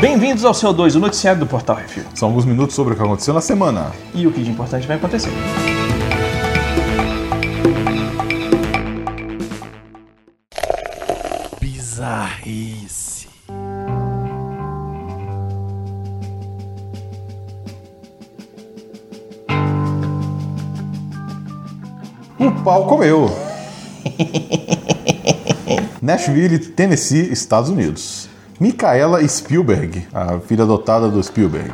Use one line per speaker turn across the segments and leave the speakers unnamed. Bem-vindos ao CO2, o noticiário do Portal Refil.
São alguns minutos sobre o que aconteceu na semana.
E o que de importante vai acontecer.
Bizarrice.
O pau comeu. Nashville, Tennessee, Estados Unidos. Micaela Spielberg, a filha adotada do Spielberg,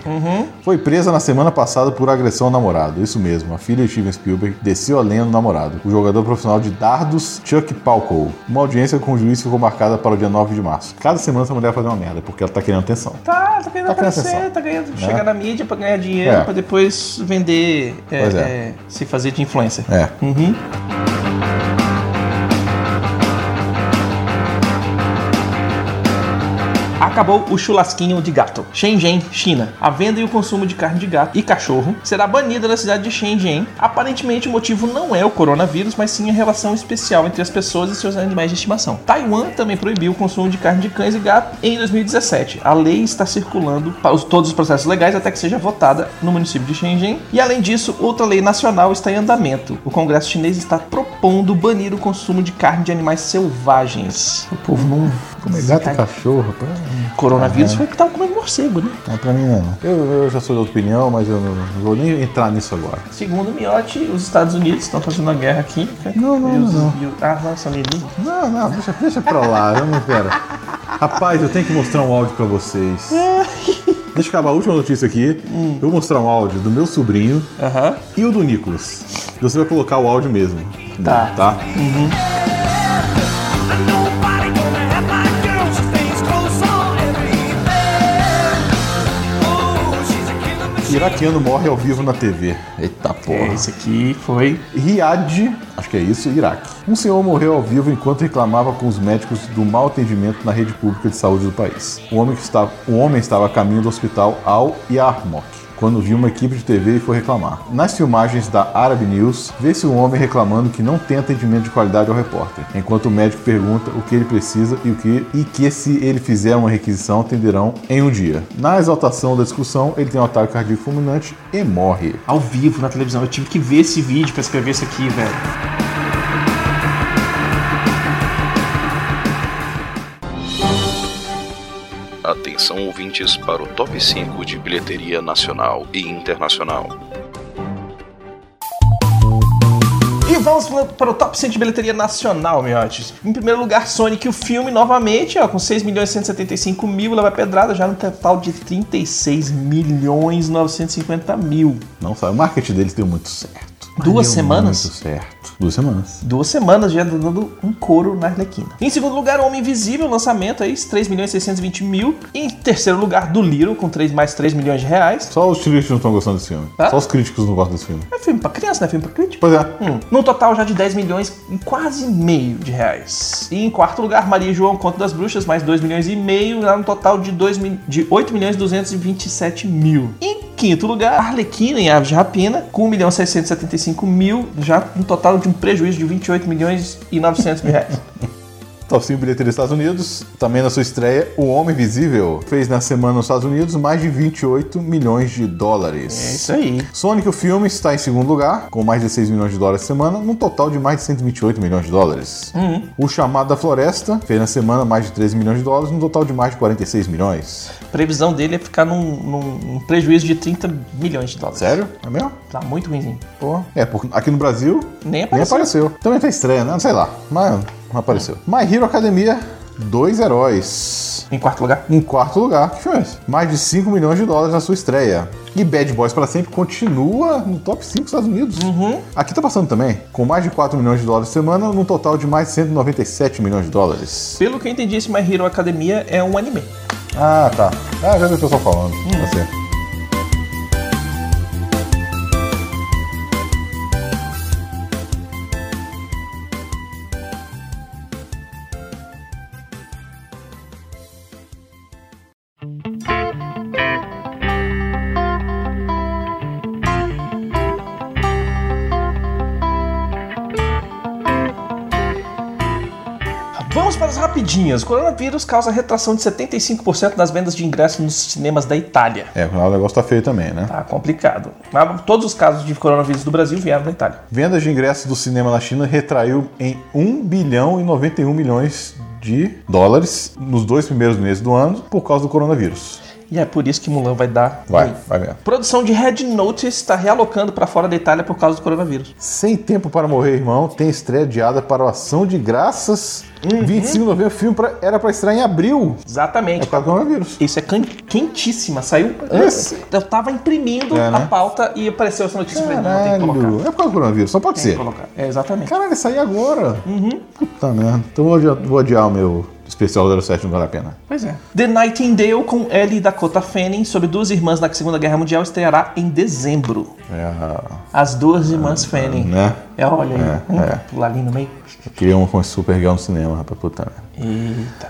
foi presa na semana passada por agressão ao namorado. Isso mesmo, a filha de Steven Spielberg desceu a lenha no namorado, o jogador profissional de dardos Chuck Palco. Uma audiência com o juiz ficou marcada para o dia 9 de março. Cada semana essa mulher vai fazer uma merda, porque ela tá querendo atenção.
Tá, tá querendo
Tá
aparecer,
atenção.
tá ganhando, chegar na mídia pra ganhar dinheiro,
É.
pra depois vender, é,
Pois é.
é, se fazer de influencer.
É.
Uhum. Acabou o churrasquinho de gato. Shenzhen, China. A venda e o consumo de carne de gato e cachorro será banida na cidade de Shenzhen. Aparentemente, o motivo não é o coronavírus, mas sim a relação especial entre as pessoas e seus animais de estimação. Taiwan também proibiu o consumo de carne de cães e gato em 2017. A lei está circulando para os- todos os processos legais até que seja votada no município de Shenzhen. E além disso, outra lei nacional está em andamento. O Congresso chinês está propondo banir o consumo de carne de animais selvagens. O povo não.
Comer gato e cachorro, rapaz.
Coronavírus foi que tava comendo morcego, né?
Não, é pra mim não. Eu, eu já sou de outra opinião, mas eu não, não vou nem entrar nisso agora.
Segundo o Miotti, os Estados Unidos estão fazendo a guerra aqui. né?
Não, não,
E os-
não,
e o- ah, não, são amigos.
Não, não, deixa, deixa pra lá, eu não quero. Rapaz, eu tenho que mostrar um áudio pra vocês. Deixa eu acabar a última notícia aqui. Eu vou mostrar um áudio do meu sobrinho
Aham.
e o do Nicolas. Você vai colocar o áudio mesmo.
Tá.
Tá?
Nobody gonna have my girl. She stays close on everything. Oh, she's a killer machine.
Iraquiano morre ao vivo na TV. Eita
É,
porra.
esse aqui foi.
Riad, acho que é isso, Iraque. Um senhor morreu ao vivo enquanto reclamava com os médicos do mau atendimento na rede pública de saúde do país. O homem, que estava, o homem estava a caminho do hospital Al Yarmouk. Quando viu uma equipe de TV e foi reclamar. Nas filmagens da Arab News, vê-se um homem reclamando que não tem atendimento de qualidade ao repórter, enquanto o médico pergunta o que ele precisa e o que e que se ele fizer uma requisição atenderão em um dia. Na exaltação da discussão, ele tem um ataque cardíaco fulminante e morre.
Ao vivo na televisão. Eu tive que ver esse vídeo pra escrever isso aqui, velho.
Atenção ouvintes para o top 5 de bilheteria nacional e internacional.
E vamos pra- para o top 100 de bilheteria nacional, miotes. Em primeiro lugar, Sonic, o filme, novamente, ó, com 6 milhões e 175 mil, leva pedrada já no total de 36 milhões e 950 mil.
Não sabe. O marketing deles deu muito certo.
Duas
Deu
semanas?
Muito certo. Duas semanas.
Duas semanas já dando um couro na Arlequina. Em segundo lugar, o Homem Invisível, lançamento aí, 3 milhões e 620 mil. Em terceiro lugar, do Little, com 3, mais 3 milhões de reais.
Só os críticos não estão gostando desse filme.
Hã?
Só os críticos não gostam desse filme.
É filme pra criança, não é filme pra crítico?
Pois é.
Hum, num total já de 10 milhões e quase meio de reais. E em quarto lugar, Maria e João, Conto das Bruxas, mais 2 milhões e meio, lá no total de, 2, mil- de 8 milhões e 227 mil. Em quinto lugar, Arlequina em Aves de Rapina, com 1 milhão e 675 mil, já no total de um prejuízo de 28 milhões e 900 mil reais.
Top 5 bilheteria dos Estados Unidos. Também na sua estreia, O Homem Visível fez na semana nos Estados Unidos mais de 28 milhões de dólares.
É isso aí.
Sonic, o filme, está em segundo lugar, com mais de 6 milhões de dólares por semana, num total de mais de 128 milhões de dólares. O Chamado da Floresta fez na semana mais de 13 milhões de dólares, num total de mais de 46 milhões.
A previsão dele é ficar num, num- num prejuízo de 30 milhões de dólares.
Sério? É mesmo?
Tá muito ruimzinho.
Pô. É, porque aqui no Brasil
Nem
nem
apareceu.
apareceu. Também tá estranha, né? Sei lá. Mas não apareceu. My Hero Academia, dois heróis.
Em quarto lugar,
Em quarto lugar, que filme é esse? Mais de 5 milhões de dólares na sua estreia. E Bad Boys para sempre continua no top 5 dos Estados Unidos.
Uhum.
Aqui tá passando também, com mais de 4 milhões de dólares por semana, num total de mais de 197 milhões de dólares.
pelo que eu entendi, esse My Hero Academia é um anime.
Ah, tá. Ah, já vi o pessoal falando.
Uhum.
Tá certo.
Vamos histórias rapidinhas. O coronavírus causa retração de 75% nas vendas de ingressos nos cinemas da Itália.
É, afinal o negócio tá feio também, né?
Tá complicado. Mas todos os casos de coronavírus do Brasil vieram da Itália.
Vendas de ingressos do cinema na China retraiu em 1 bilhão e 91 milhões de dólares nos dois primeiros meses do ano por causa do coronavírus.
E é por isso que Mulan vai dar.
Vai,
ruim.
vai mesmo.
Produção de Red Notice está realocando para fora da Itália por causa do coronavírus.
Sem Tempo para Morrer, Irmão, tem estreia adiada para o Ação de Graças.
Uhum.
25 de novembro, o filme pra- era para estrear em abril. É
Exatamente.
por causa do coronavírus.
Isso é can- quentíssima. Saiu.
Esse.
Eu tava imprimindo
É, né?
a pauta e apareceu essa notícia pra mim. Não tem que colocar.
Caralho, é por causa do coronavírus, só pode
Tem que
ser.
colocar. Uhum. É, exatamente.
Caralho, sair agora. Puta merda. Então vou adiar, vou adiar o meu especial 07, não vale a pena.
Pois é. The Nightingale com Ellie e Dakota Fanning sobre duas irmãs na Segunda Guerra Mundial estreará em dezembro.
É, a-
As duas irmãs Fanning.
né?
É, olha aí.
É,
Hum,
é.
Pular ali no meio.
Eu queria um com Supergirl no cinema, rapaz, puta merda.
Eita.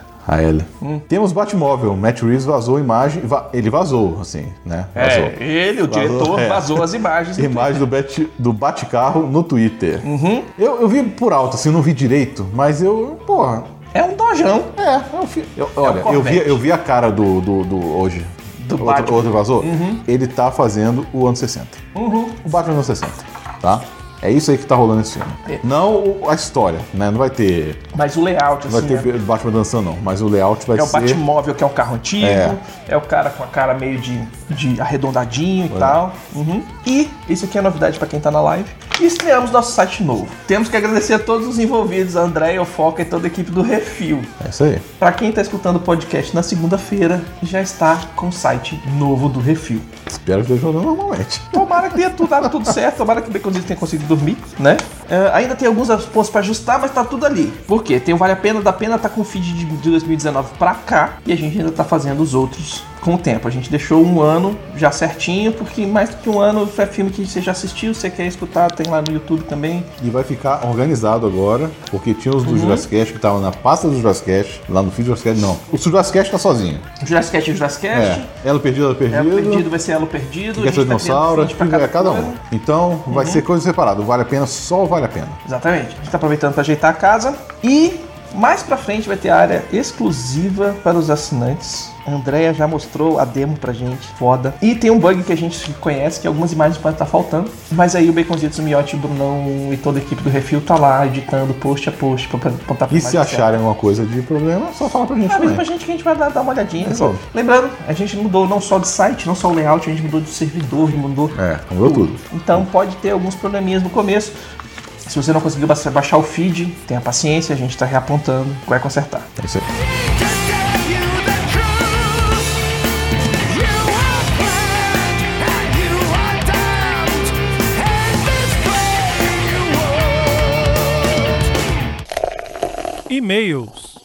Hum.
A Ellie. Temos Batmóvel. Matt Reeves vazou a imagem. va- ele vazou, assim, né? Vazou.
É, ele, o
Vazou,
diretor,
é.
vazou as imagens. do
Imagem do, bat, do Batcarro no Twitter.
Uhum.
Eu, eu vi por alto, assim, não vi direito, mas eu. Porra.
É um dojão.
É, é um fi- eu- Olha, eu, vi,
Corvette.
eu vi a cara do, do, do hoje.
Do
outro,
Batman. Uhum.
outro vazou? Ele tá fazendo o ano 60. O Batman anos 60, tá? É isso aí que tá rolando esse filme.
É.
Não o- a história, né? Não vai ter.
Mas o layout,
Não
assim,
vai ter
né?
Batman dançando, não. Mas o layout vai
É o
ser.
Batmóvel, que é um carro antigo.
É.
É, o cara com a cara meio de, de arredondadinho e tal. Uhum. E, isso aqui é novidade pra quem tá na live, estreamos nosso site novo. Temos que agradecer a todos os envolvidos, a André, o Foca e toda a equipe do Refil.
É isso aí.
Pra quem tá escutando o podcast na segunda-feira, já está com o site novo do Refil.
Espero que esteja jogando normalmente.
Tomara que tenha tudo, dado tudo certo, tomara que o Baconzitos tenha conseguido dormir, né? É, ainda tem alguns pontos pra ajustar, mas tá tudo ali. Por quê? Tem o Vale a Pena, da Pena tá com o feed de 2019 pra cá e a gente ainda tá fazendo os outros com o tempo. A gente deixou um ano já certinho, porque mais do que um ano é filme que você já assistiu, você quer escutar, tem lá no YouTube também.
E vai ficar organizado agora, porque tinha os do Jurassic Cast que estavam na pasta do Jurassic Cast, lá no feed do Jurassic Cast, não. O Jurassic Cast tá sozinho.
O Jurassic Cast, o Jurassic Cast.
É. Ela perdida, ela perdida.
Elo perdido vai ser Elo perdido.
Quer
a gente tá
dinossauro,
criando feed pra
é cada
coisa.
um. Então vai ser coisa separada. O Vale a pena, só o vale a pena.
Exatamente. A gente tá aproveitando para ajeitar a casa e mais pra frente vai ter área exclusiva para os assinantes. A Andrea já mostrou a demo pra gente, foda. E tem um bug que a gente conhece, que algumas imagens podem estar faltando. Mas aí o Baconzitos, o Miotti, o Brunão e toda a equipe do Refil tá lá editando post a post pra pra- pra botar pra
E se acharem alguma coisa de problema, só fala pra gente
Ah, mesmo pra
também.
gente que a gente vai dar, dar uma olhadinha.
Resolve.
Lembrando, a gente mudou não só de site, não só o layout, a gente mudou de servidor, mudou
É, mudou tudo.
então pode ter alguns probleminhas no começo. Se você não conseguiu ba- baixar o feed, tenha paciência, a gente tá reapontando, vai consertar.
É isso aí.
E-mails.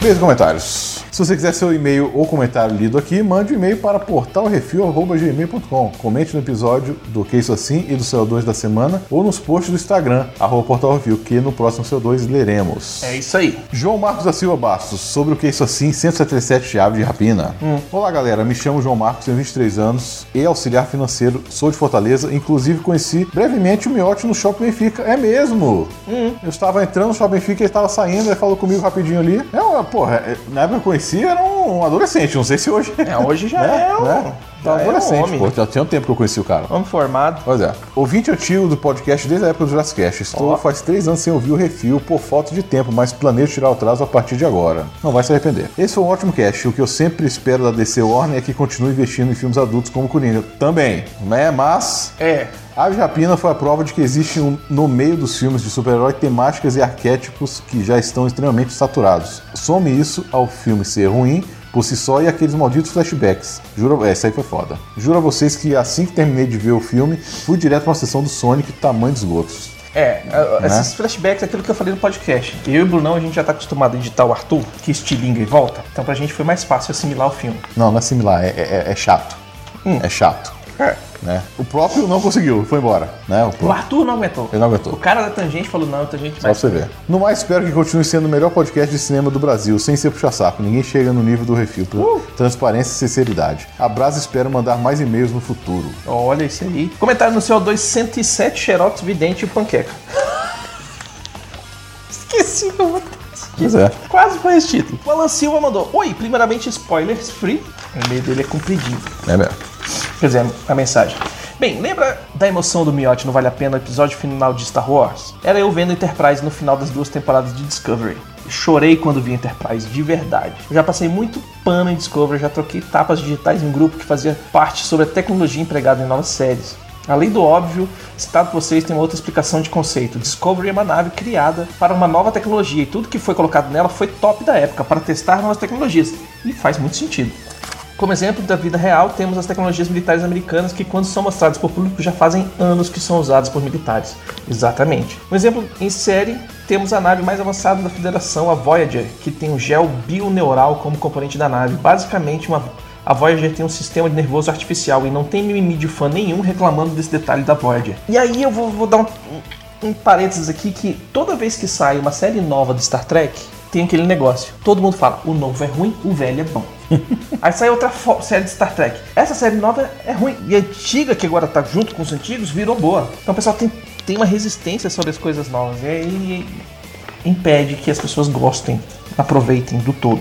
Beijo comentários. Se você quiser seu e-mail ou comentário lido aqui, mande um e-mail para portalrefil.gmail.com. Comente no episódio do Que Isso Assim e do CO2 da semana ou nos posts do Instagram, arroba portalrefil, que no próximo CO2 leremos.
É isso aí.
João Marcos da Silva Bastos, sobre o que isso assim, 177 chave de rapina.
Hum.
Olá galera, me chamo João Marcos, tenho 23 anos e auxiliar financeiro, sou de Fortaleza, inclusive conheci brevemente o Miotti no Shopping Benfica. É mesmo?
Hum.
Eu estava entrando no Shopping Benfica, ele estava saindo, ele falou comigo rapidinho ali. É, uma- porra, é- na época que eu conheci era um adolescente, não sei se hoje.
É, hoje já
Né?
é um-
Né?
já é um
adolescente,
homem.
pô, já tinha um tempo que eu conheci o cara.
Vamos formado.
Pois é. Ouvinte antigo do podcast desde a época do Jurassic Cast. Estou faz três anos sem ouvir o refil por falta de tempo, mas planejo tirar o trazo a partir de agora. Não vai se arrepender. Esse foi um ótimo cast. O que eu sempre espero da DC Warner é que continue investindo em filmes adultos como Coringa. Também, né? Mas...
É.
Ave Rapina foi a prova de que existe um, no meio dos filmes de super-herói temáticas e arquétipos que já estão extremamente saturados. Some isso ao filme ser ruim por si só e aqueles malditos flashbacks. Juro, é, isso aí foi foda. Juro a vocês que assim que terminei de ver o filme, fui direto pra uma sessão do Sonic tamanho dos gotos.
É, a- esses flashbacks, é aquilo que eu falei no podcast. Eu e o Brunão, a gente já tá acostumado a editar o Arthur, que estilinga e volta. Então pra gente foi mais fácil assimilar o filme.
Não, não é similar, é, é- é chato. É chato. Né? O próprio não conseguiu, foi embora. Né? O
O
próprio.
Arthur não aguentou.
Ele não aguentou.
O cara da tangente falou, não, a tangente
Só pra
mais.
você ver. No mais, espero que continue sendo o melhor podcast de cinema do Brasil, sem ser puxa-saco. Ninguém chega no nível do refil. Tra- Transparência e sinceridade. Abraço e espero mandar mais e-mails no futuro.
Olha isso aí. Comentário no CO2 107, Xerox, Vidente e Panqueca. que esqueci que eu vou ter esse título.
Pois é.
Quase foi esse título. O Alan Silva mandou: Oi, primeiramente, spoilers free. O e-mail dele é compridinho.
É mesmo.
Quer dizer, a mensagem. Bem, lembra da emoção do miote Não Vale a Pena, o episódio final de Star Wars? Era eu vendo Enterprise no final das duas temporadas de Discovery. Chorei quando vi Enterprise, de verdade. Eu já passei muito pano em Discovery, já troquei tapas digitais em grupo que fazia parte sobre a tecnologia empregada em novas séries. Além do óbvio, citado por vocês tem uma outra explicação de conceito. Discovery é uma nave criada para uma nova tecnologia e tudo que foi colocado nela foi top da época para testar novas tecnologias. E faz muito sentido. Como exemplo da vida real, temos as tecnologias militares americanas que, quando são mostradas por público, já fazem anos que são usadas por militares. Exatamente. Um exemplo em série, temos a nave mais avançada da Federação, a Voyager, que tem um gel bioneural como componente da nave. Basicamente, uma- a Voyager tem um sistema de nervoso artificial e não tem mimimi de fã nenhum reclamando desse detalhe da Voyager. E aí eu vou, vou dar um, um, um parênteses aqui que toda vez que sai uma série nova de Star Trek, tem aquele negócio. Todo mundo fala, o novo é ruim, o velho é bom. Aí sai outra fo- série de Star Trek. Essa série nova é ruim. E a antiga, que agora tá junto com os antigos, virou boa. Então o pessoal tem, tem uma resistência sobre as coisas novas. E aí impede que as pessoas gostem, aproveitem do todo.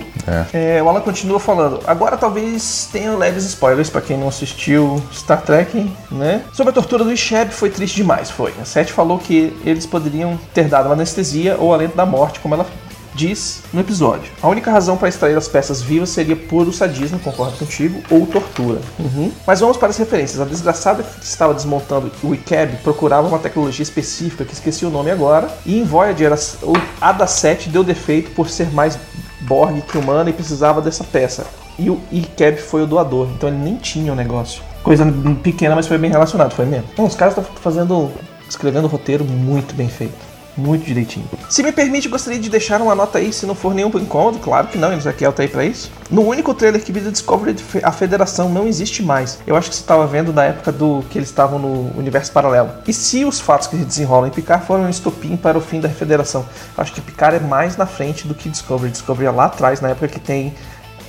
É, o Alan continua falando. Agora talvez tenha leves spoilers pra quem não assistiu Star Trek, né? Sobre a tortura do Shep foi triste demais, foi. A Seth falou que eles poderiam ter dado uma anestesia ou alento da morte, como ela diz no episódio. A única razão para extrair as peças vivas seria puro sadismo, concordo contigo, ou tortura. Uhum. Mas vamos para as referências. A desgraçada que estava desmontando o ICAB procurava uma tecnologia específica, que esqueci o nome agora, e em Voyager as- o ADA-7 deu defeito por ser mais Borg que humana e precisava dessa peça. E o ICAB foi o doador, então ele nem tinha o negócio. Coisa pequena, mas foi bem relacionado, foi mesmo. Não, os caras estão fazendo, escrevendo o roteiro muito bem feito. Muito direitinho. Se me permite, gostaria de deixar uma nota aí, se não for nenhum incômodo, claro que não, Ezequiel tá aí pra isso. No único trailer que vi da Discovery, a Federação não existe mais. Eu acho que você estava vendo na época do que eles estavam no universo paralelo. E se os fatos que se desenrolam em Picard foram um estopim para o fim da Federação? Eu acho que Picard é mais na frente do que Discovery. Discovery é lá atrás, na época que tem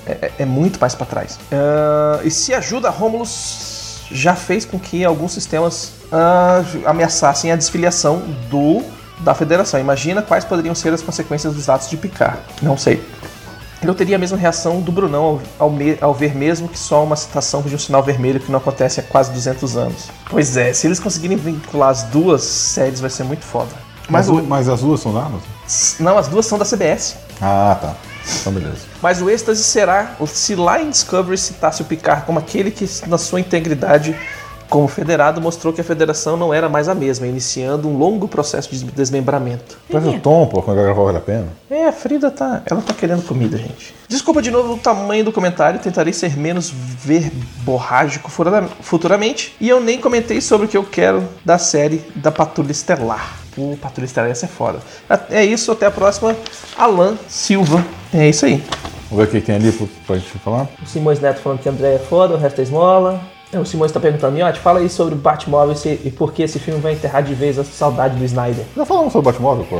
é, é- é muito mais pra trás. Ah, e se ajuda, Romulus já fez com que alguns sistemas ah, ameaçassem a desfiliação do da Federação. Imagina quais poderiam ser as consequências dos atos de Picard. Não sei. Eu teria a mesma reação do Brunão ao, ao me- ao ver mesmo que só uma citação de um sinal vermelho que não acontece há quase 200 anos. Pois é, se eles conseguirem vincular as duas séries vai ser muito foda. Mas,
Mas, o- mas as duas são da Amazon?
o- não, as duas são da CBS.
Ah, tá. Então, beleza.
Mas o êxtase será se lá em Discovery citasse o Picard como aquele que, na sua integridade como federado, mostrou que a federação não era mais a mesma, iniciando um longo processo de desmembramento.
Parece o Tom, pô, quando eu gravava Vale a Pena.
É, a Frida tá. Ela tá querendo comida, gente. Desculpa de novo o tamanho do comentário, tentarei ser menos verborrágico furada- futuramente. E eu nem comentei sobre o que eu quero da série da Patrulha Estelar. O Patrulha Estelar ia ser foda. É isso, até a próxima. Alan Silva. É isso aí.
Vamos ver o que que tem ali pra, pra gente falar.
O Simões Neto falando que André é foda, o resto é esmola. O Simões tá perguntando, Miotti, fala aí sobre o Batmóvel e se- e por que esse filme vai enterrar de vez a saudade do Snyder.
Já falamos sobre o Batmóvel, pô.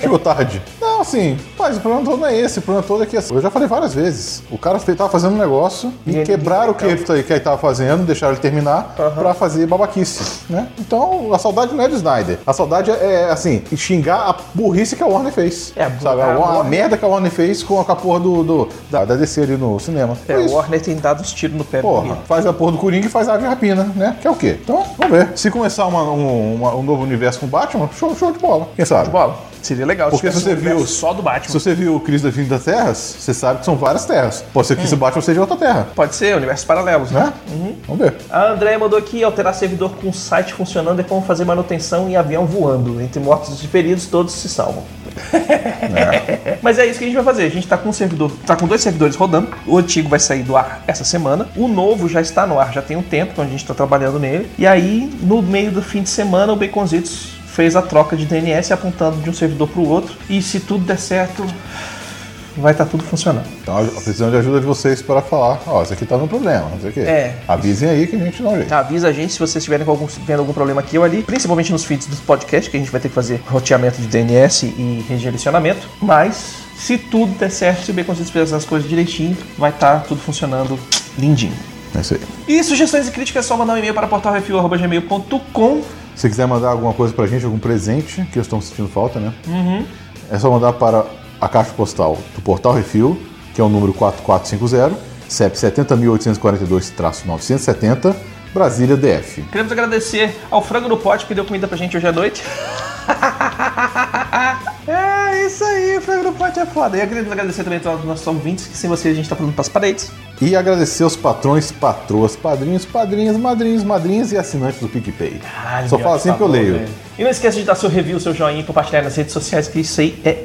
Chegou tarde. Não, assim, mas o problema todo não é esse. O problema todo é que, assim, eu já falei várias vezes, o cara tava fazendo um negócio e,
ele-
quebraram o que ele, que ele tava fazendo, deixaram ele terminar pra fazer babaquice, né? Então, a saudade não é do Snyder. A saudade é, assim, xingar a burrice que a Warner fez.
É, a bu-
sabe? A,
a
Wa- a
Warner-
merda que a Warner fez com a, com a porra do, do- da, da DC ali no cinema.
É,
Foi
o
isso.
Warner tem dado uns tiros no pé.
Porra,
bonito.
faz a porra do Coringa e faz a ave rapina, né? Que é o quê? Então, vamos ver. Se começar uma- um, uma- um novo universo com Batman, show, show de bola. Quem sabe?
Bola, seria legal.
Porque
tivesse
se você
um universo
viu-
Só do Batman.
Se você viu o Crise da Fim das Terras, você sabe que são várias terras. Pode ser que esse Batman seja outra terra,
Pode ser, universos paralelos, né?
né? Vamos ver.
A André mandou aqui alterar servidor com site funcionando é como fazer manutenção e avião voando. Entre mortos e feridos, todos se salvam. Mas é isso que a gente vai fazer. A gente tá com um servidor, tá com dois servidores rodando. O antigo vai sair do ar essa semana. O novo já está no ar, já tem um tempo, então a gente tá trabalhando nele. E aí, no meio do fim de semana, o Baconzitos fez a troca de DNS apontando de um servidor pro outro. E se tudo der certo, vai estar tudo funcionando.
Então, a- precisamos de ajuda de vocês para falar. Ó, isso aqui tá no problema, não sei o quê.
É. Tá.
Avisem aí que a gente dá um jeito.
Avisa a gente se vocês estiverem com algum- vendo algum problema aqui ou ali, principalmente nos feeds dos podcasts, que a gente vai ter que fazer roteamento de DNS e redirecionamento. Mas, se tudo der certo, se o Baconzitos fizer as coisas direitinho, vai estar tudo funcionando lindinho.
É isso aí.
E sugestões e críticas é só mandar um e-mail para portalrefil.gmail.com.
Se quiser mandar alguma coisa pra gente, algum presente, que eu estou sentindo falta, né? Uhum. é só mandar para a caixa postal do Portal Refil, que é o número 4450, CEP 70.842-970, Brasília DF.
Queremos agradecer ao Frango do Pote que deu comida pra gente hoje à noite. é isso aí, o Frango do Pote é foda. E queremos agradecer também a todos os nossos ouvintes, que sem vocês a gente tá falando pras paredes.
E agradecer aos patrões, patroas, padrinhos, padrinhas, madrinhos, madrinhas e assinantes do PicPay.
Ai,
Só
meu, por
fala assim que eu
favor,
leio.
tá velho. E não esqueça de dar seu review, seu joinha e compartilhar nas redes sociais, que isso aí é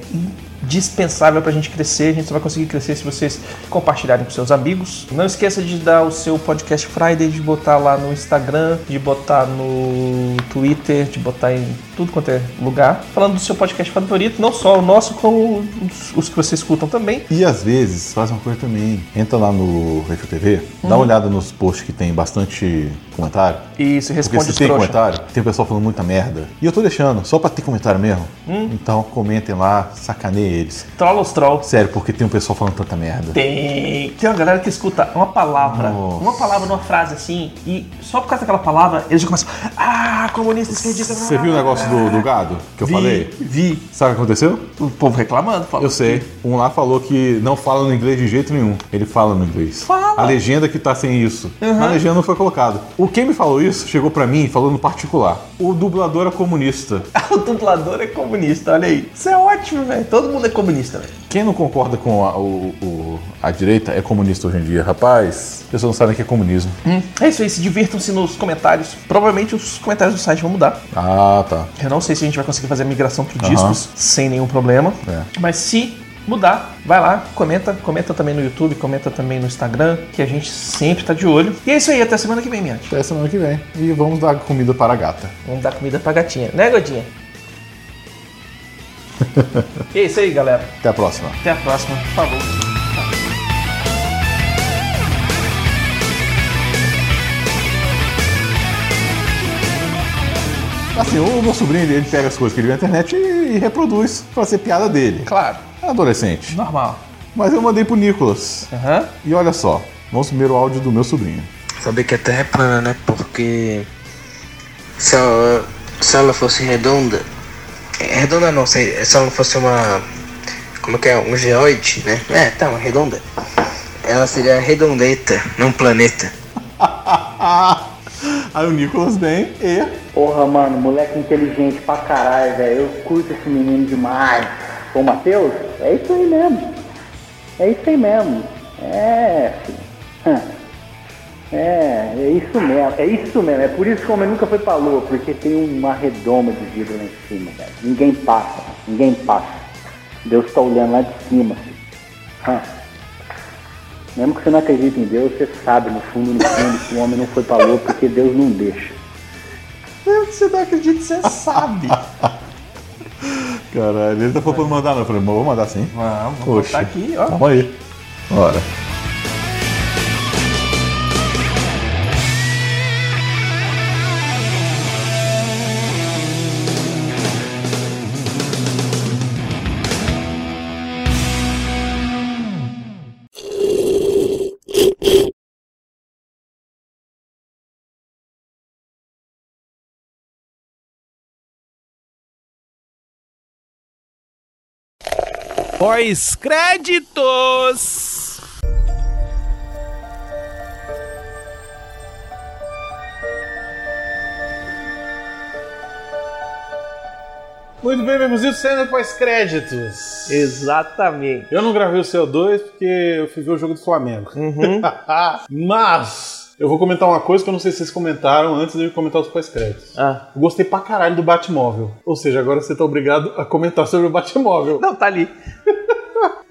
indispensável pra gente crescer. A gente só vai conseguir crescer se vocês compartilharem com seus amigos. Não esqueça de dar o seu podcast Friday, de botar lá no Instagram, de botar no Twitter, de botar em tudo quanto é lugar. Falando do seu podcast favorito, não só o nosso, como os- os que vocês escutam também.
E às vezes faz uma coisa também. Entra lá no Refil TV,
Uhum.
dá uma olhada nos posts que tem bastante comentário.
E se
Porque
responde
se
os
tem
trouxa.
comentário, tem o pessoal falando muita merda. E eu tô deixando, só pra ter comentário mesmo.
Hum?
Então comentem lá, sacaneiem eles.
Trola os trolls.
Sério, porque tem um pessoal falando tanta merda.
Tem. Tem uma galera que escuta uma palavra,
Nossa.
uma palavra numa frase assim, e só por causa daquela palavra, eles já começam. Ah, comunista esquerdista.
Você viu o negócio do, do gado que eu
vi,
falei?
Vi.
Sabe o que aconteceu?
O povo reclamando, falando.
Eu sei. Um lá falou que não fala no inglês de jeito nenhum. Ele fala no inglês.
Fala.
A legenda que tá sem isso. A legenda não foi colocada. O quem me falou isso chegou pra mim e falou no particular. O dublador é comunista.
O dublador é comunista, olha aí. Isso é ótimo, velho. Todo mundo é comunista, velho.
Quem não concorda com a, o- o- a direita é comunista hoje em dia, rapaz. As pessoas não sabem o que é comunismo.
É isso aí, se divirtam-se nos comentários. Provavelmente os comentários do site vão mudar.
Ah, tá.
Eu não sei se a gente vai conseguir fazer a migração pro
Aham.
discos sem nenhum problema.
É.
Mas se mudar, vai lá, comenta, comenta também no YouTube, comenta também no Instagram, que a gente sempre tá de olho. E é isso aí, até semana que vem, minha.
Até semana que vem. E vamos dar comida para a gata.
Vamos dar comida pra gatinha, né, Godinha? e é isso aí, galera.
Até a próxima.
Até a próxima. Falou.
Assim, o meu sobrinho, ele pega as coisas que ele vê na internet e, e reproduz pra ser piada dele.
Claro,
É adolescente.
normal.
Mas eu mandei pro Nicolas.
Aham.
E olha só, vamos primeiro ao áudio do meu sobrinho.
Saber que a Terra é plana, né? Porque se ela, se ela fosse redonda. é, Redonda não, se, se ela fosse uma. Como que é? Um geoide, né? É, tá, uma redonda. Ela seria redondeta, não planeta.
Ah, Aí o Nicolas vem e.
Porra, mano, moleque inteligente pra caralho, velho. Eu curto esse menino demais. Ô, Matheus, é isso aí mesmo. É isso aí mesmo. É, filho. É, é isso mesmo. É isso mesmo. É por isso que o homem nunca foi pra lua, porque tem uma redoma de vidro lá em cima, velho. Ninguém passa, ninguém passa. Deus tá olhando lá de cima, filho. Hã. Mesmo que você não acredite em Deus, você sabe no fundo, no fundo, que o homem não foi pra lua porque Deus não deixa.
Eu que É, você não acredita, você sabe.
Caralho, ele tá falando pra mandar, não. Eu falei, mas vou mandar sim.
Vamos, vou
Oxe.
botar aqui, ó.
Calma aí. Ora.
Pós créditos.
Muito bem, meus amigos, cena pós-créditos.
Exatamente.
Eu não gravei o CO2 porque eu fui ver o jogo do Flamengo.
Uhum.
Mas eu vou comentar uma coisa que eu não sei se vocês comentaram antes de eu comentar os pós-créditos.
Ah.
Eu gostei pra caralho do Batmóvel. Ou seja, agora você tá obrigado a comentar sobre o Batmóvel.
Não, tá ali.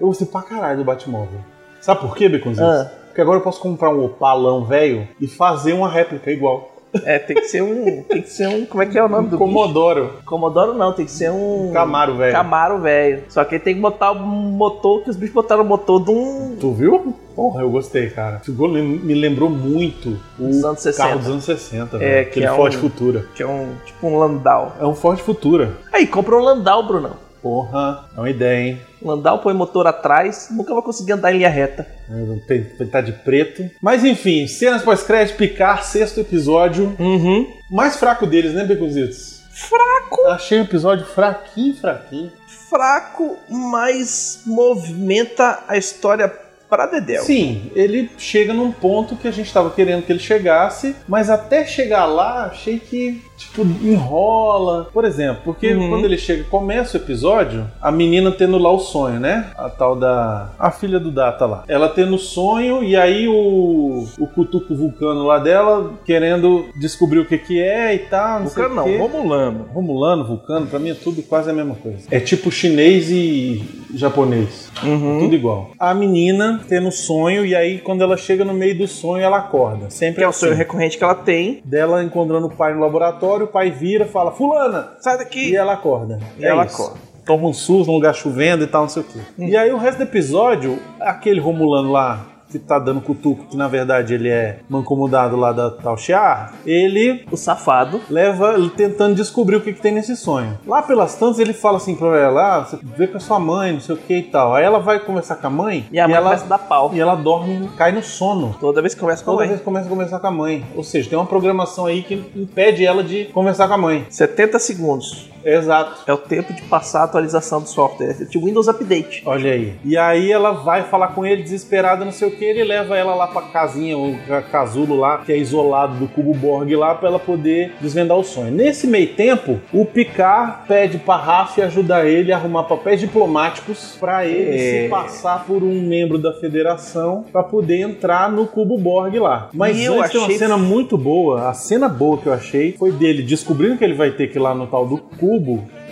Eu gostei pra caralho do Batmóvel. Sabe por quê, Beconzinho?
Ah.
Porque agora eu posso comprar um opalão velho e fazer uma réplica igual.
É, tem que ser um. Tem que ser um. Como é que é o nome do bicho?
Comodoro.
Comodoro não, tem que ser um.
Camaro, velho.
Camaro, velho. Só que tem que botar o motor que os bichos botaram o motor de um.
Tu viu? Porra, eu gostei, cara. Ficou, me lembrou muito
Dos
o
anos 60.
carro dos anos 60,
É,
velho.
que
Aquele
é
Ford
um-
Futura.
Que é um. Tipo um Landau.
É um Ford Futura.
Aí, compra um Landau, Brunão.
Porra, é uma ideia, hein?
Landau põe motor atrás, nunca vai conseguir andar em linha reta.
É, Pintar tá de preto. Mas enfim, cenas pós-crédito, picar, sexto episódio.
Uhum.
Mais fraco deles, né, Beconzitos?
Fraco, fraco,
Achei o episódio fraquinho, fraquinho.
fraco, mas movimenta a história pra Dedéu.
Sim, ele chega num ponto que a gente tava querendo que ele chegasse, mas até chegar lá, achei que, tipo, enrola. Por exemplo, porque
Uhum.
quando ele chega, começa o episódio, a menina tendo lá o sonho, né? A tal da. A filha do Data lá. Ela tendo o sonho, e aí o. O cutuco vulcano lá dela querendo descobrir o que que é e tal. Não sei
Vulcano
o quê.
não, Romulano.
Romulano, vulcano, pra mim é tudo quase a mesma coisa. É tipo chinês e japonês. É
Uhum.
Tudo igual. A menina tendo um sonho, e aí quando ela chega no meio do sonho, ela acorda. Sempre
Que é o
assim.
sonho recorrente que ela tem.
Dela encontrando o pai no laboratório, o pai vira, fala, fulana!
Sai
E
daqui.
ela acorda. É
E ela
isso.
acorda. Hum.
Toma um susto num lugar chovendo e tal, não sei o quê. E aí o resto do episódio, aquele Romulano lá, que tá dando cutuco, que na verdade ele é mancomodado lá da Tal Shiar, ele
O safado.
leva ele tentando descobrir o que, que tem nesse sonho. Lá pelas tantas ele fala assim pra ela, ah, você vê com a sua mãe, não sei o que e tal. Aí ela vai conversar com a mãe
E a mãe
ela,
começa a dar pau.
e ela dorme, cai no sono.
Toda vez que começa com a
Toda
mãe.
vez começa a conversar com a mãe. Ou seja, tem uma programação aí que impede ela de conversar com a mãe.
70 segundos.
Exato.
É o tempo de passar a atualização do software. É tipo Windows Update.
Olha aí. E aí ela vai falar com ele desesperada, não sei o que, ele leva ela lá pra casinha, o ca- casulo lá, que é isolado do cubo Borg lá, pra ela poder desvendar o sonho. Nesse meio tempo, o Picard pede pra Raf ajudar ele a arrumar papéis diplomáticos pra ele
É.
se passar por um membro da federação pra poder entrar no cubo Borg lá. Mas
E
antes
eu
tem uma
achei-
cena muito boa, a cena boa que eu achei foi dele descobrindo que ele vai ter que ir lá no tal do cubo.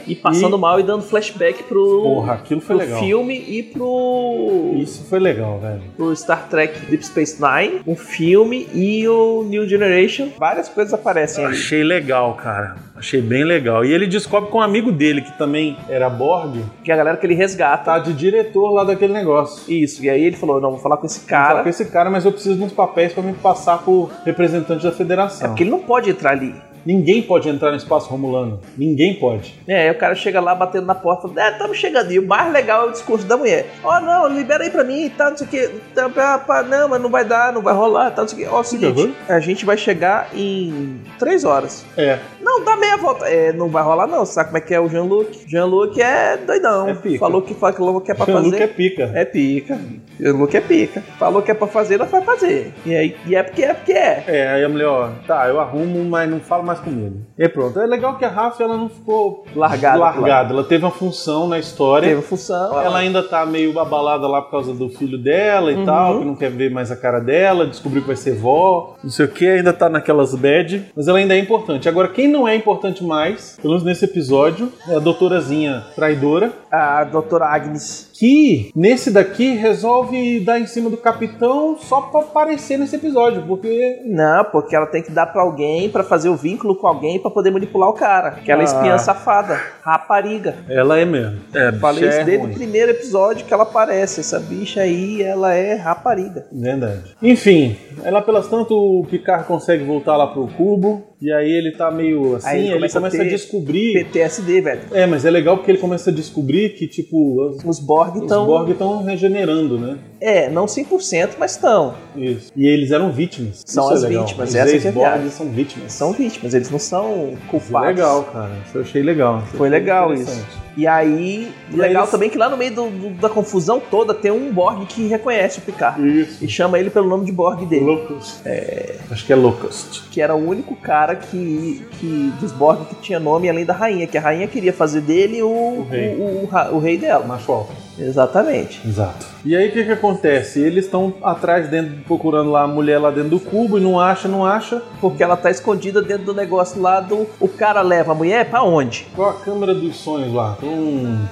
E passando
E-
mal e dando flashback pro,
Porra, aquilo foi
pro
legal.
filme e pro.
Isso foi legal, velho.
pro Star Trek Deep Space Nine, um filme e o New Generation. Várias coisas aparecem ali.
Achei legal, cara. Achei bem legal. E ele descobre com um amigo dele, que também era Borg,
Que a galera que ele resgata.
tá de diretor lá daquele negócio.
Isso. E aí ele falou: não, vou falar com esse
Cara,
cara.
com esse cara, mas eu preciso de uns papéis pra me passar por representante da
É
federação.
porque ele não pode entrar ali.
Ninguém pode entrar no espaço romulano. Ninguém pode.
É, aí o cara chega lá batendo na porta, é, estamos chegando. E o mais legal é o discurso da mulher. Ó, não, libera aí pra mim e tal, não sei o que. Não, mas não vai dar, não vai rolar, tal, não sei o que.
Uhum.
Ó, é o seguinte, a gente vai chegar em três horas.
É.
Não, dá meia volta. É, não vai rolar não, sabe como é que é o Jean-Luc? Jean-Luc é doidão.
É pica.
Falou que falou que é pra
O Luke
fazer.
é pica.
É pica. Jean-Luc é pica. Falou que é pra fazer, ela vai fazer. E, aí, e é porque é porque é.
É, aí a mulher, ó, tá, eu arrumo, mas não fala mais comigo. E pronto. É legal que a Rafa, ela não ficou
Largada.
largada. Ela teve uma função na história.
Teve função.
Ela Uhum. ainda tá meio abalada lá por causa do filho dela e tal, que não quer ver mais a cara dela, descobriu que vai ser vó, não sei o que, ainda tá naquelas bad, mas ela ainda é importante. Agora, quem não é importante mais, pelo menos nesse episódio, é a doutorazinha traidora,
A doutora Agnes.
que nesse daqui resolve dar em cima do capitão só pra aparecer nesse episódio, porque.
Não, porque ela tem que dar pra alguém pra fazer o vínculo com alguém pra poder manipular o cara. Que ela é espiã
Ah.
safada, rapariga.
Ela é mesmo. É,
Falei isso desde o primeiro episódio que ela aparece. Essa bicha aí, ela é rapariga.
Verdade. Enfim, aí lá pelas tantas o Picard consegue voltar lá pro cubo, e aí ele tá meio assim,
Aí ele
aí ele
começa
começa,
a
a,
ter
descobrir.
PTSD, velho.
É, mas é legal porque ele começa a descobrir que, tipo, os,
Os Borg
os
estão.
Borg estão regenerando, né?
É, não 100%, mas estão.
Isso. E eles eram vítimas.
São
Isso é
as
legal.
vítimas,
Os
essa que é a
ex-Borg
piada.
são vítimas.
São vítimas, eles não são
Isso é
culpados.
legal, cara. Isso eu achei legal. Isso
Foi
eu achei
legal
interessante.
E aí,
E
legal
eles-
também que lá no meio do- do- da confusão toda tem um Borg que reconhece o Picard.
Isso.
E chama ele pelo nome de Borg dele.
Locust. Acho que é Locust.
que era o único cara que, que dos Borg que tinha nome além da rainha, que a rainha queria fazer dele o, o,
rei.
o- o ra- o rei dela.
Macho alfa.
Exatamente.
Exato. E aí o que que acontece? Eles estão atrás, dentro, procurando lá a mulher lá dentro do cubo e não acha, não acha.
Porque ela tá escondida dentro do negócio lá do. O cara leva a mulher pra onde?
Qual a câmera dos sonhos lá? Hum.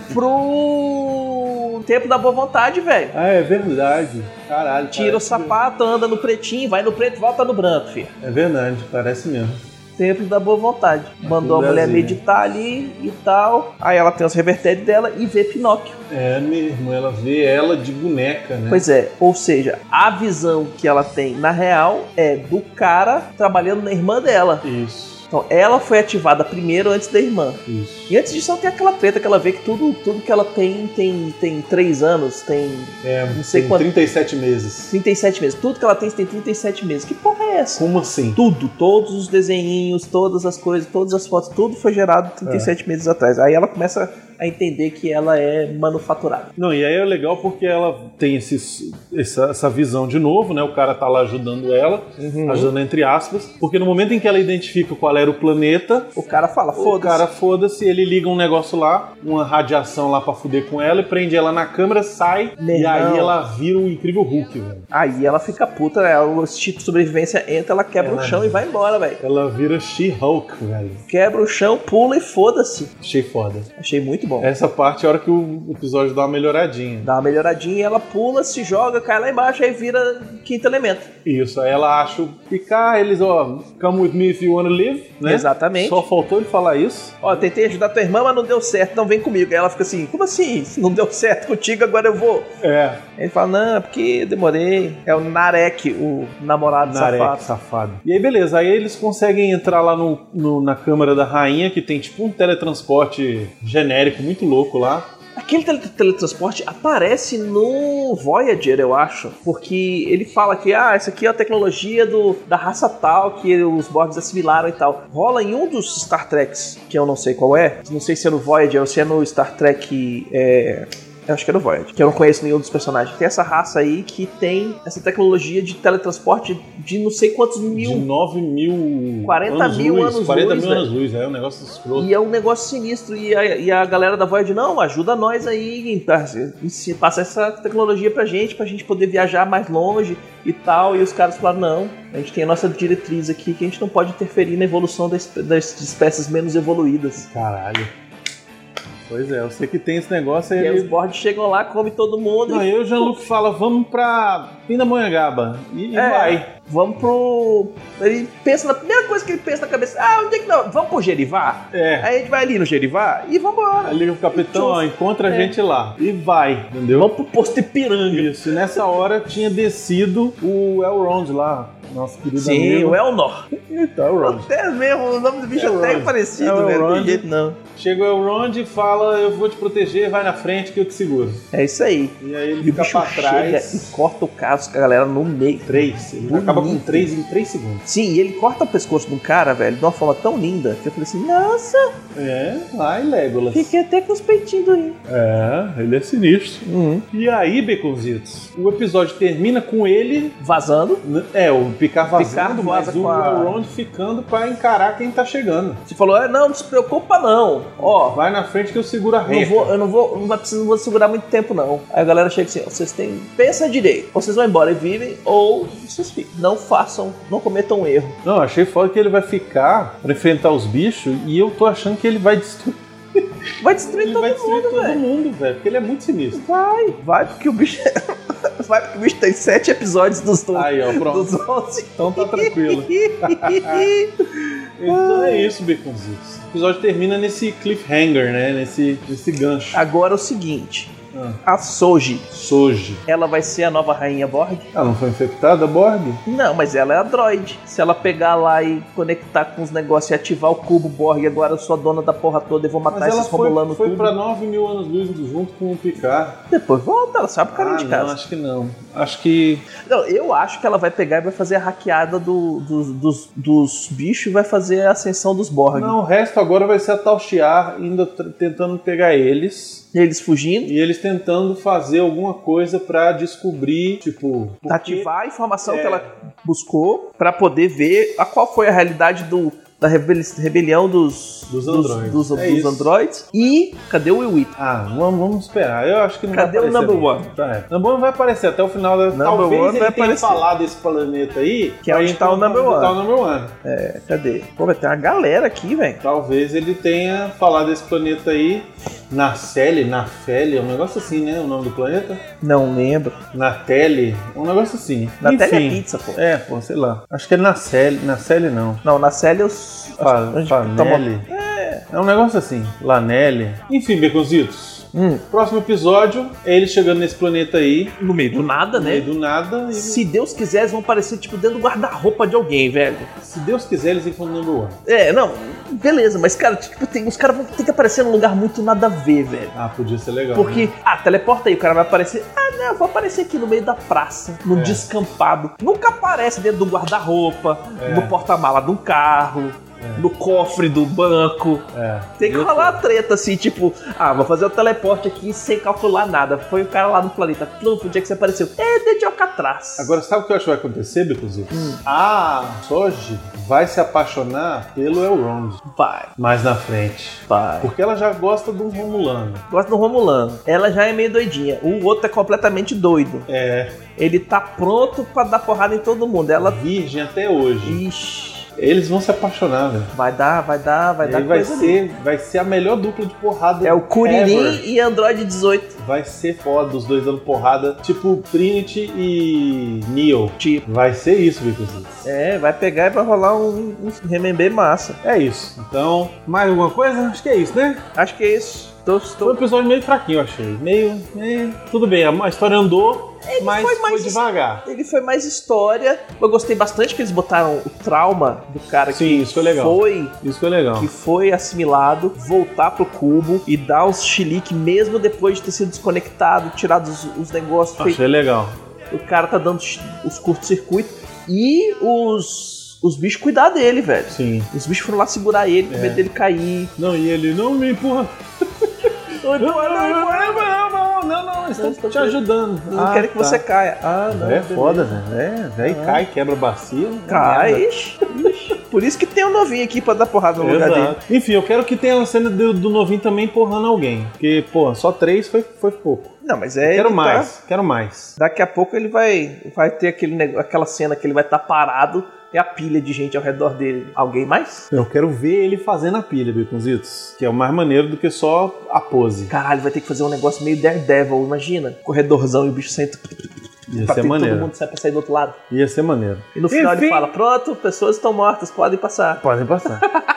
Pro tempo da boa vontade, velho.
Ah, é verdade. Caralho.
Tira o
parece mesmo.
sapato, anda no pretinho, vai no preto, volta no branco, filho.
É verdade, parece mesmo.
Templo da Boa Vontade.
É,
Mandou a
Aqui no
mulher
Brasil,
meditar ali e tal. Aí ela tem os revertérios dela e vê Pinóquio.
É mesmo, ela vê ela de boneca, né?
Pois é, ou seja, a visão que ela tem na real é do cara trabalhando na irmã dela.
Isso,
Então ela foi ativada primeiro antes da irmã.
isso.
E antes disso, ela tem aquela treta que ela vê que tudo, tudo que ela tem tem tem 3 anos, tem
É,
Não sei
tem
quanto-
37 meses.
37 meses. Tudo que ela tem tem 37 meses. Que porra é essa.
Como assim?
Tudo, todos os desenhinhos, todas as coisas, todas as fotos, tudo foi gerado 37
É.
meses atrás. Aí ela começa a entender que ela é manufaturada.
Não, e aí é legal porque ela tem esses, essa, essa visão de novo, né? O cara tá lá ajudando ela,
Uhum.
ajudando entre aspas, porque no momento em que ela identifica qual era o planeta,
O cara fala,
o
Ah, foda-se.
cara foda-se, ele liga um negócio lá, uma radiação lá pra fuder com ela, e prende ela na câmera, sai,
Meu
e aí
irmão.
ela vira um incrível Hulk, velho.
Aí ela fica puta, né? O instinto de sobrevivência entra, ela quebra
Ela- é.
o chão e vai embora, velho.
Ela vira She-Hulk, velho.
Quebra o chão, pula e foda-se.
Achei foda.
Achei muito bom.
Essa parte é a hora que o episódio dá uma melhoradinha.
Dá uma melhoradinha, ela pula, se joga, cai lá embaixo, aí vira quinto elemento.
Isso, aí ela acha o Picard, eles, ó, come with me if you wanna live, né?
Exatamente.
Só faltou ele falar isso.
Ó, tentei ajudar tua irmã, mas não deu certo, então vem comigo. Aí ela fica assim, como assim? Se não deu certo contigo, agora eu vou.
É,
Aí Ele fala, não, é porque demorei. É o Narek, o namorado
Narek,
safado.
safado. E aí, beleza, aí eles conseguem entrar lá no, no- na Câmara da Rainha, que tem tipo um teletransporte genérico muito louco lá.
Aquele tele- teletransporte aparece no Voyager, eu acho. Porque ele fala que, ah, isso aqui é a tecnologia do, da raça tal, que os Borgs assimilaram e tal. Rola em um dos Star Treks, que eu não sei qual é. Não sei se é no Voyager ou se é no Star Trek... é, Eu acho que é no Voyager, que eu não conheço nenhum dos personagens. Tem essa raça aí que tem essa tecnologia de teletransporte de não sei quantos mil
De 9 mil.
40
anos
mil
luz,
anos
40
luz,
mil
velho.
anos luz, é um negócio escroto.
E é um negócio sinistro. E a, e a galera da Void, não, ajuda nós aí, em tá- em se- passa essa tecnologia pra gente, pra gente poder viajar mais longe e tal. E os caras falaram, não, a gente tem a nossa diretriz aqui que a gente não pode interferir na evolução das, das espécies menos evoluídas.
Caralho. Pois é, eu sei que tem esse negócio
E é um aí os
aí.
Borg chegam lá, come todo mundo
Não,
e
eu e o Jean-Luc fala, vamos pra Pindamonhangaba. E, e
É.
vai.
vamos pro. Ele pensa na primeira coisa que ele pensa na cabeça, ah, onde é que não? Vamos pro Gerivá?
É.
Aí a gente vai ali no Gerivá e vambora.
Aí liga pro capitão, ó, encontra a
É.
gente lá. E vai, entendeu?
Vamos pro posto Ipiranga.
Isso, e nessa hora tinha descido o Elrond lá, nosso querido
Sim,
amigo.
É o Elnor.
Eita, Elrond.
Até mesmo, o nome do bicho
É o
até é
Ron.
parecido,
É o
velho.
Ron.
Não tem jeito não.
Chega o Elrond e fala, eu vou te proteger, vai na frente que eu te seguro.
É isso aí.
E aí ele
E o
fica
bicho
pra
chega e
trás.
corta o casco, a galera, no meio.
Três, ele
Bonito.
acaba com três em três segundos.
Sim, e ele corta o pescoço de um cara, velho, de uma forma tão linda, que eu falei assim, nossa,
É, vai Legolas.
fiquei até com os peitinhos aí.
É, ele é sinistro.
Uhum.
E aí, Baconzitos, o episódio termina com ele...
Vazando.
né, É, o Picard vazando,
Picard
mas
vaza
o
com a-
Elrond ficando pra encarar quem tá chegando.
Você falou, "Ah, não, não se preocupa não. Ó,
Vai na frente que eu seguro a
não
reta.
vou, eu não vou, não vai precisar, não vou segurar muito tempo não. Aí a galera chega assim, "Ó, vocês têm, pensa direito. Ou vocês vão embora e vivem, ou vocês ficam. Não façam, não cometam um erro.
Não, achei foda que ele vai ficar pra enfrentar os bichos e eu tô achando que ele vai destruir,
Vai destruir
ele
todo
vai destruir
mundo,
todo
velho.
mundo, velho, porque ele é muito sinistro.
Vai, vai porque o bicho. é- vai porque o bicho tem sete episódios dos, do,
Aí, ó, pronto.
dos 11.
Então tá tranquilo. Então é isso, Baconzitos. O episódio termina nesse cliffhanger, né? Nesse, nesse gancho.
Agora é o seguinte:
Ah,
a Soji,
Soji.
ela vai ser a nova rainha Borg?
Ah, não foi infectada, Borg?
Não, mas ela é a droid. Se ela pegar lá e conectar com os negócios e ativar o cubo Borg, agora eu sou a dona da porra toda e vou matar
Mas ela
esses romulanos
foi, foi
tudo.
pra 9 mil anos luz junto com o Picard.
Depois volta, ela sabe o caminho
ah,
de
não,
casa.
acho que não. Acho que...
Não, eu acho que ela vai pegar e vai fazer a hackeada do- dos, dos, dos bichos e vai fazer a ascensão dos Borg.
Não, o resto agora vai ser a Tal Shiar ainda tr- tentando pegar eles.
Eles fugindo.
E eles tentando fazer alguma coisa pra descobrir, tipo, por que-
ativar a informação
É.
que ela buscou pra poder ver a qual foi a realidade do da rebel- rebelião dos
Dos androides.
androides. Dos,
É
dos
isso.
androides. E cadê o Will Wheaton?
Ah, vamos, vamos esperar. Eu acho que não
Cadê o
vai aparecer.
number
não.
one?
Tá, é. Number one vai aparecer até o final da.
Number
Talvez
one
ele
vai
tenha
aparecer.
falado desse planeta aí.
Que é onde
aí
tá o number one.
Tá o number one.
É, cadê? Pô, vai ter uma galera aqui, velho.
Talvez ele tenha falado desse planeta aí. Na Cele, na Fele, é um negócio assim, né? O nome do planeta?
Não lembro.
Na Tele, é um negócio assim.
Na
Enfim.
tela é pizza, pô.
É, pô, sei lá. Acho que é na Cele, na Cele não.
Não, na série eu. s-
Fa-
a gente tá
Fanelli. É. um negócio assim. Lanelli. Enfim, Beconzitos.
Hum.
Próximo episódio é ele chegando nesse planeta aí.
No meio do nada,
No meio
né?
do nada. E se...
Se Deus quiser, eles vão aparecer, tipo, dentro do guarda-roupa de alguém, velho.
Deus quiser, eles entram no number one.
É, não, beleza, mas, cara, tipo, tem, os caras vão ter que aparecer num lugar muito nada a ver, velho.
Ah, podia ser legal.
Porque, ah, teleporta aí, o cara vai aparecer. Ah, falei, não, eu vou aparecer aqui no meio da praça, num
É.
descampado. Nunca aparece dentro do guarda-roupa,
É.
no porta-mala de um carro, no cofre do banco.
É.
Tem que rolar uma treta assim, tipo, ah, vou fazer o teleporte aqui sem calcular nada. Foi o cara lá no planeta Plump, o dia que você apareceu. É, dentro de Alcatraz.
Agora, sabe o que eu acho que vai acontecer, Bicuzinho?
Hum.
A Soji vai se apaixonar pelo Elrond
vai,
mais na frente.
vai.
Porque ela já gosta de um Romulano.
Gosto do Romulano. Ela já é meio doidinha. O outro é completamente doido.
É,
Ele tá pronto pra dar porrada em todo mundo. Ela.
virgem até hoje.
Ixi.
Eles vão se apaixonar, velho.
Vai dar, vai dar, vai
E
dar
aí vai
coisa ali.
ser, vai ser a melhor dupla de porrada.
É o Curirim
ever.
e Android 18.
Vai ser foda os dois dando porrada, tipo Trinity e Neo.
Tipo.
Vai ser isso, Bicuzinho.
É, vai pegar e vai rolar um, um remember massa.
É isso. Então, mais alguma coisa? Acho que é isso, né?
Acho que é isso. Tô,
Foi
tô...
um episódio meio fraquinho, eu achei. Meio. meio- Tudo bem, a a história andou, mas
foi
foi,
mais-
devagar.
Ele foi mais história. Eu gostei bastante que eles botaram o trauma do cara
Sim, isso foi legal.
foi
Isso foi legal.
que foi assimilado, voltar pro cubo e dar os chilique mesmo depois de ter sido desconectado, tirado os, os negócios. feito-
Achei legal.
O cara tá dando chi- os curtos-circuitos e os, os bichos cuidar dele, velho.
Sim.
Os bichos foram lá segurar ele, com
É.
medo dele cair.
Não, e ele não me empurra. Não, não, não, não, não, não, estamos
estou
te
querendo-
ajudando.
Eu não
Ah,
quero que
tá.
você caia. Ah, não.
É
beleza.
foda, velho. É, velho,
Ah.
cai, quebra a bacia.
Cai.
merda.
Ixi, ixi. Por isso que tem um novinho aqui pra dar porrada no lugar dele.
Exato. Enfim, eu quero que tenha a cena do, do novinho também empurrando alguém. Porque, porra, só três foi, foi pouco.
Não, mas é. ele
quero
tá-
mais, quero mais.
Daqui a pouco ele vai, vai ter aquele, nego- aquela cena que ele vai estar parado e a pilha de gente ao redor dele. Alguém mais?
Eu quero ver ele fazendo a pilha, Biconzitos. Que é o mais maneiro do que só a pose.
Caralho, vai ter que fazer um negócio meio Daredevil, imagina. Corredorzão e o bicho senta.
Ia
pra ter
ser
todo
maneiro.
mundo sai pra sair do outro lado.
Ia ser maneiro.
E no final ele
Enfim.
fala: Pronto, pessoas estão mortas, podem passar.
Podem passar.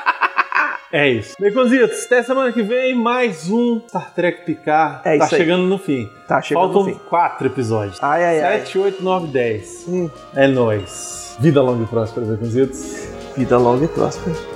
É isso. Baconzitos, até semana que vem, mais um Star Trek Picar.
É
tá
isso aí.
chegando no fim.
Tá, chegando
Faltam
no fim.
quatro episódios.
Ai, ai, ai.
7, 8, 9, 10.
Hum.
É nóis. Vida longa e próspera, Baconzitos.
Vida longa e próspera.